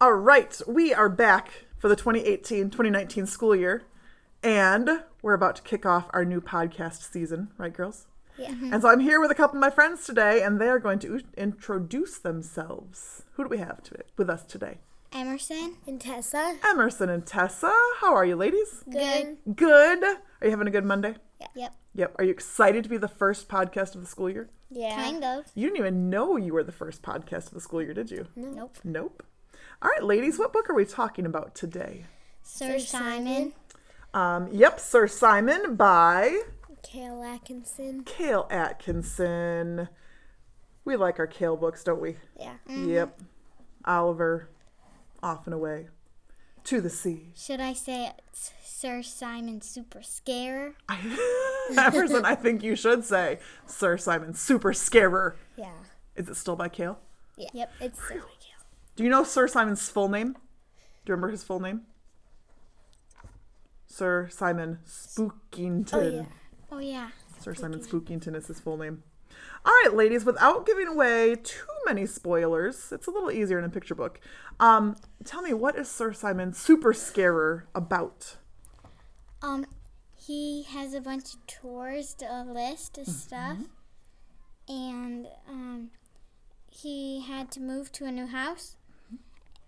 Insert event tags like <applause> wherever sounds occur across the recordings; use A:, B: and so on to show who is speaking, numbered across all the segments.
A: All right, we are back for the 2018 2019 school year, and we're about to kick off our new podcast season, right, girls?
B: Yeah.
A: And so I'm here with a couple of my friends today, and they are going to introduce themselves. Who do we have to, with us today?
B: Emerson and Tessa.
A: Emerson and Tessa. How are you, ladies?
B: Good.
A: Good. Are you having a good Monday?
B: Yep.
A: Yep. Are you excited to be the first podcast of the school year?
B: Yeah. Kind of.
A: You didn't even know you were the first podcast of the school year, did you?
B: Nope.
A: Nope. All right, ladies, what book are we talking about today?
B: Sir, Simon.
A: Um, yep, Sir Simon by
B: Cale Atkinson.
A: Cale Atkinson. We like our Cale books, don't we?
B: Yeah.
A: Yep. Oliver, off and away, to the sea.
B: Should I say it's Sir Simon Super Scare?
A: <laughs> Emerson, I think you should say Sir Simon, super scarer.
B: Yeah.
A: Is it still by Cale?
B: yeah. Yep. It's Sir Cale.
A: Do you know Sir Simon's full name? Do you remember his full name? Sir Simon Spookington.
B: Oh yeah.
A: Sir Simon Spookington is his full name. All right, ladies, without giving away too many spoilers, it's a little easier in a picture book. Um, tell me, what is Sir Simon Super Scarer about?
B: Um, he has a bunch of tours, a list of stuff, and um, he had to move to a new house,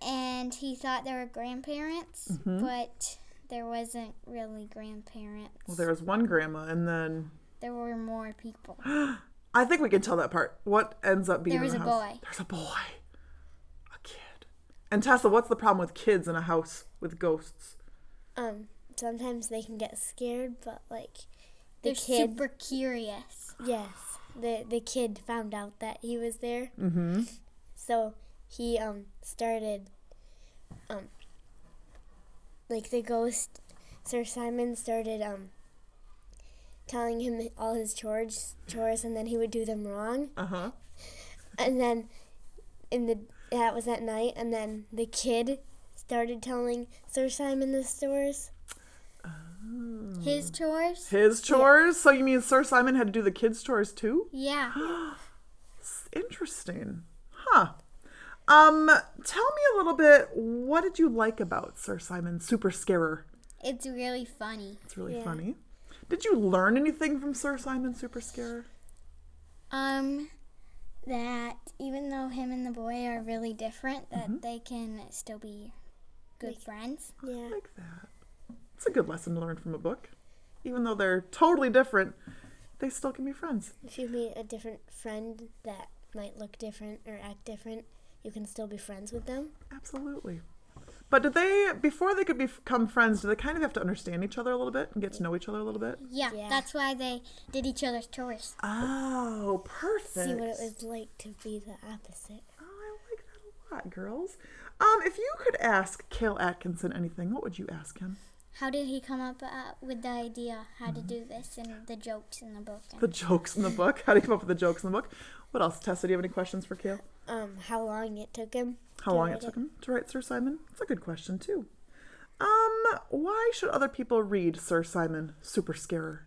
B: and he thought there were grandparents, but there wasn't really grandparents.
A: Well, there was one grandma, and then
B: There were more <gasps> people.
A: I think we can tell that part. What ends up being
B: There
A: in
B: was
A: the
B: a
A: house?
B: boy.
A: There's a boy, a kid. And Tessa, what's the problem with kids in a house with ghosts?
C: Um, sometimes they can get scared, but like the
B: They're
C: kid,
B: super curious.
C: yes, the the kid found out that he was there. Mm-hmm. So he um started, um, like the ghost, Sir Simon started um telling him all his chores, chores, and then he would do them wrong,
A: Uh huh.
C: and then in the that was at night, and then the kid started telling Sir Simon the stories.
B: His chores?
A: His chores. So you mean Sir Simon had to do the kids' chores too?
B: Yeah.
A: Interesting. Huh. Um, tell me a little bit, what did you like about Sir Simon Super Scarer?
B: <gasps> It's really funny.
A: It's really funny. Did you learn anything from Sir Simon Super Scarer?
B: Um that even though him and the boy are really different, that they can still be good friends.
C: Yeah.
A: I like that. It's a good lesson to learn from a book. Even though they're totally different, they still can be friends.
C: If you meet a different friend that might look different or act different, you can still be friends with them.
A: Absolutely. But did they, before they could become friends, do they kind of have to understand each other a little bit and get to know each other a little bit?
B: Yeah,
C: Yeah.
B: that's why they did each other's chores.
A: Oh, perfect.
C: See what it was like to be the opposite.
A: Oh, I like that a lot, girls. Um, if you could ask Cale Atkinson anything, what would you ask him?
B: How did he come up uh, with the idea how to do this and the jokes in the book? And
A: The jokes in the book. How do you come up with the jokes in the book? What else, Tessa? Do you have any questions for Cale?
C: Um, how long it took him?
A: How
C: to
A: long it
C: write
A: took him to write Sir Simon? It's a good question too. Um, why should other people read Sir Simon Super Scarer?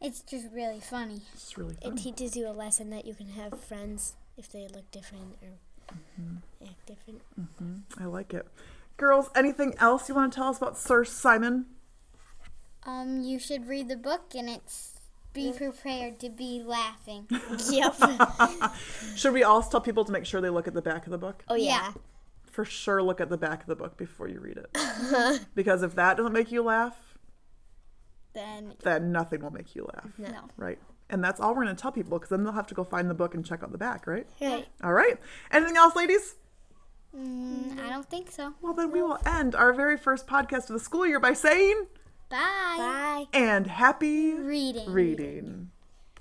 B: it's just really funny.
A: It's really
C: It
A: fun.
C: teaches you a lesson that you can have friends if they look different or
A: Mm-hmm. <laughs>
C: act different.
A: I like it. Girls, anything else you want to tell us about Sir Simon?
B: Um, you should read the book and it's be prepared to be <laughs> laughing.
C: yep.
A: Should we also tell people to make sure they look at the back of the book?
C: Oh yeah.
B: Yeah.
A: for sure look at the back of the book before you read it. because if that doesn't make you laugh,
B: Then
A: then nothing will make you laugh.
B: no.
A: Right? And that's all we're going to tell people because then they'll have to go find the book and check out the back, right?
C: Right.
A: All right. Anything else, ladies?
B: Mm, I don't think so.
A: Well, then we will end our very first podcast of the school year by saying,
B: Bye.
C: Bye.
A: and happy
B: Reading.
A: reading.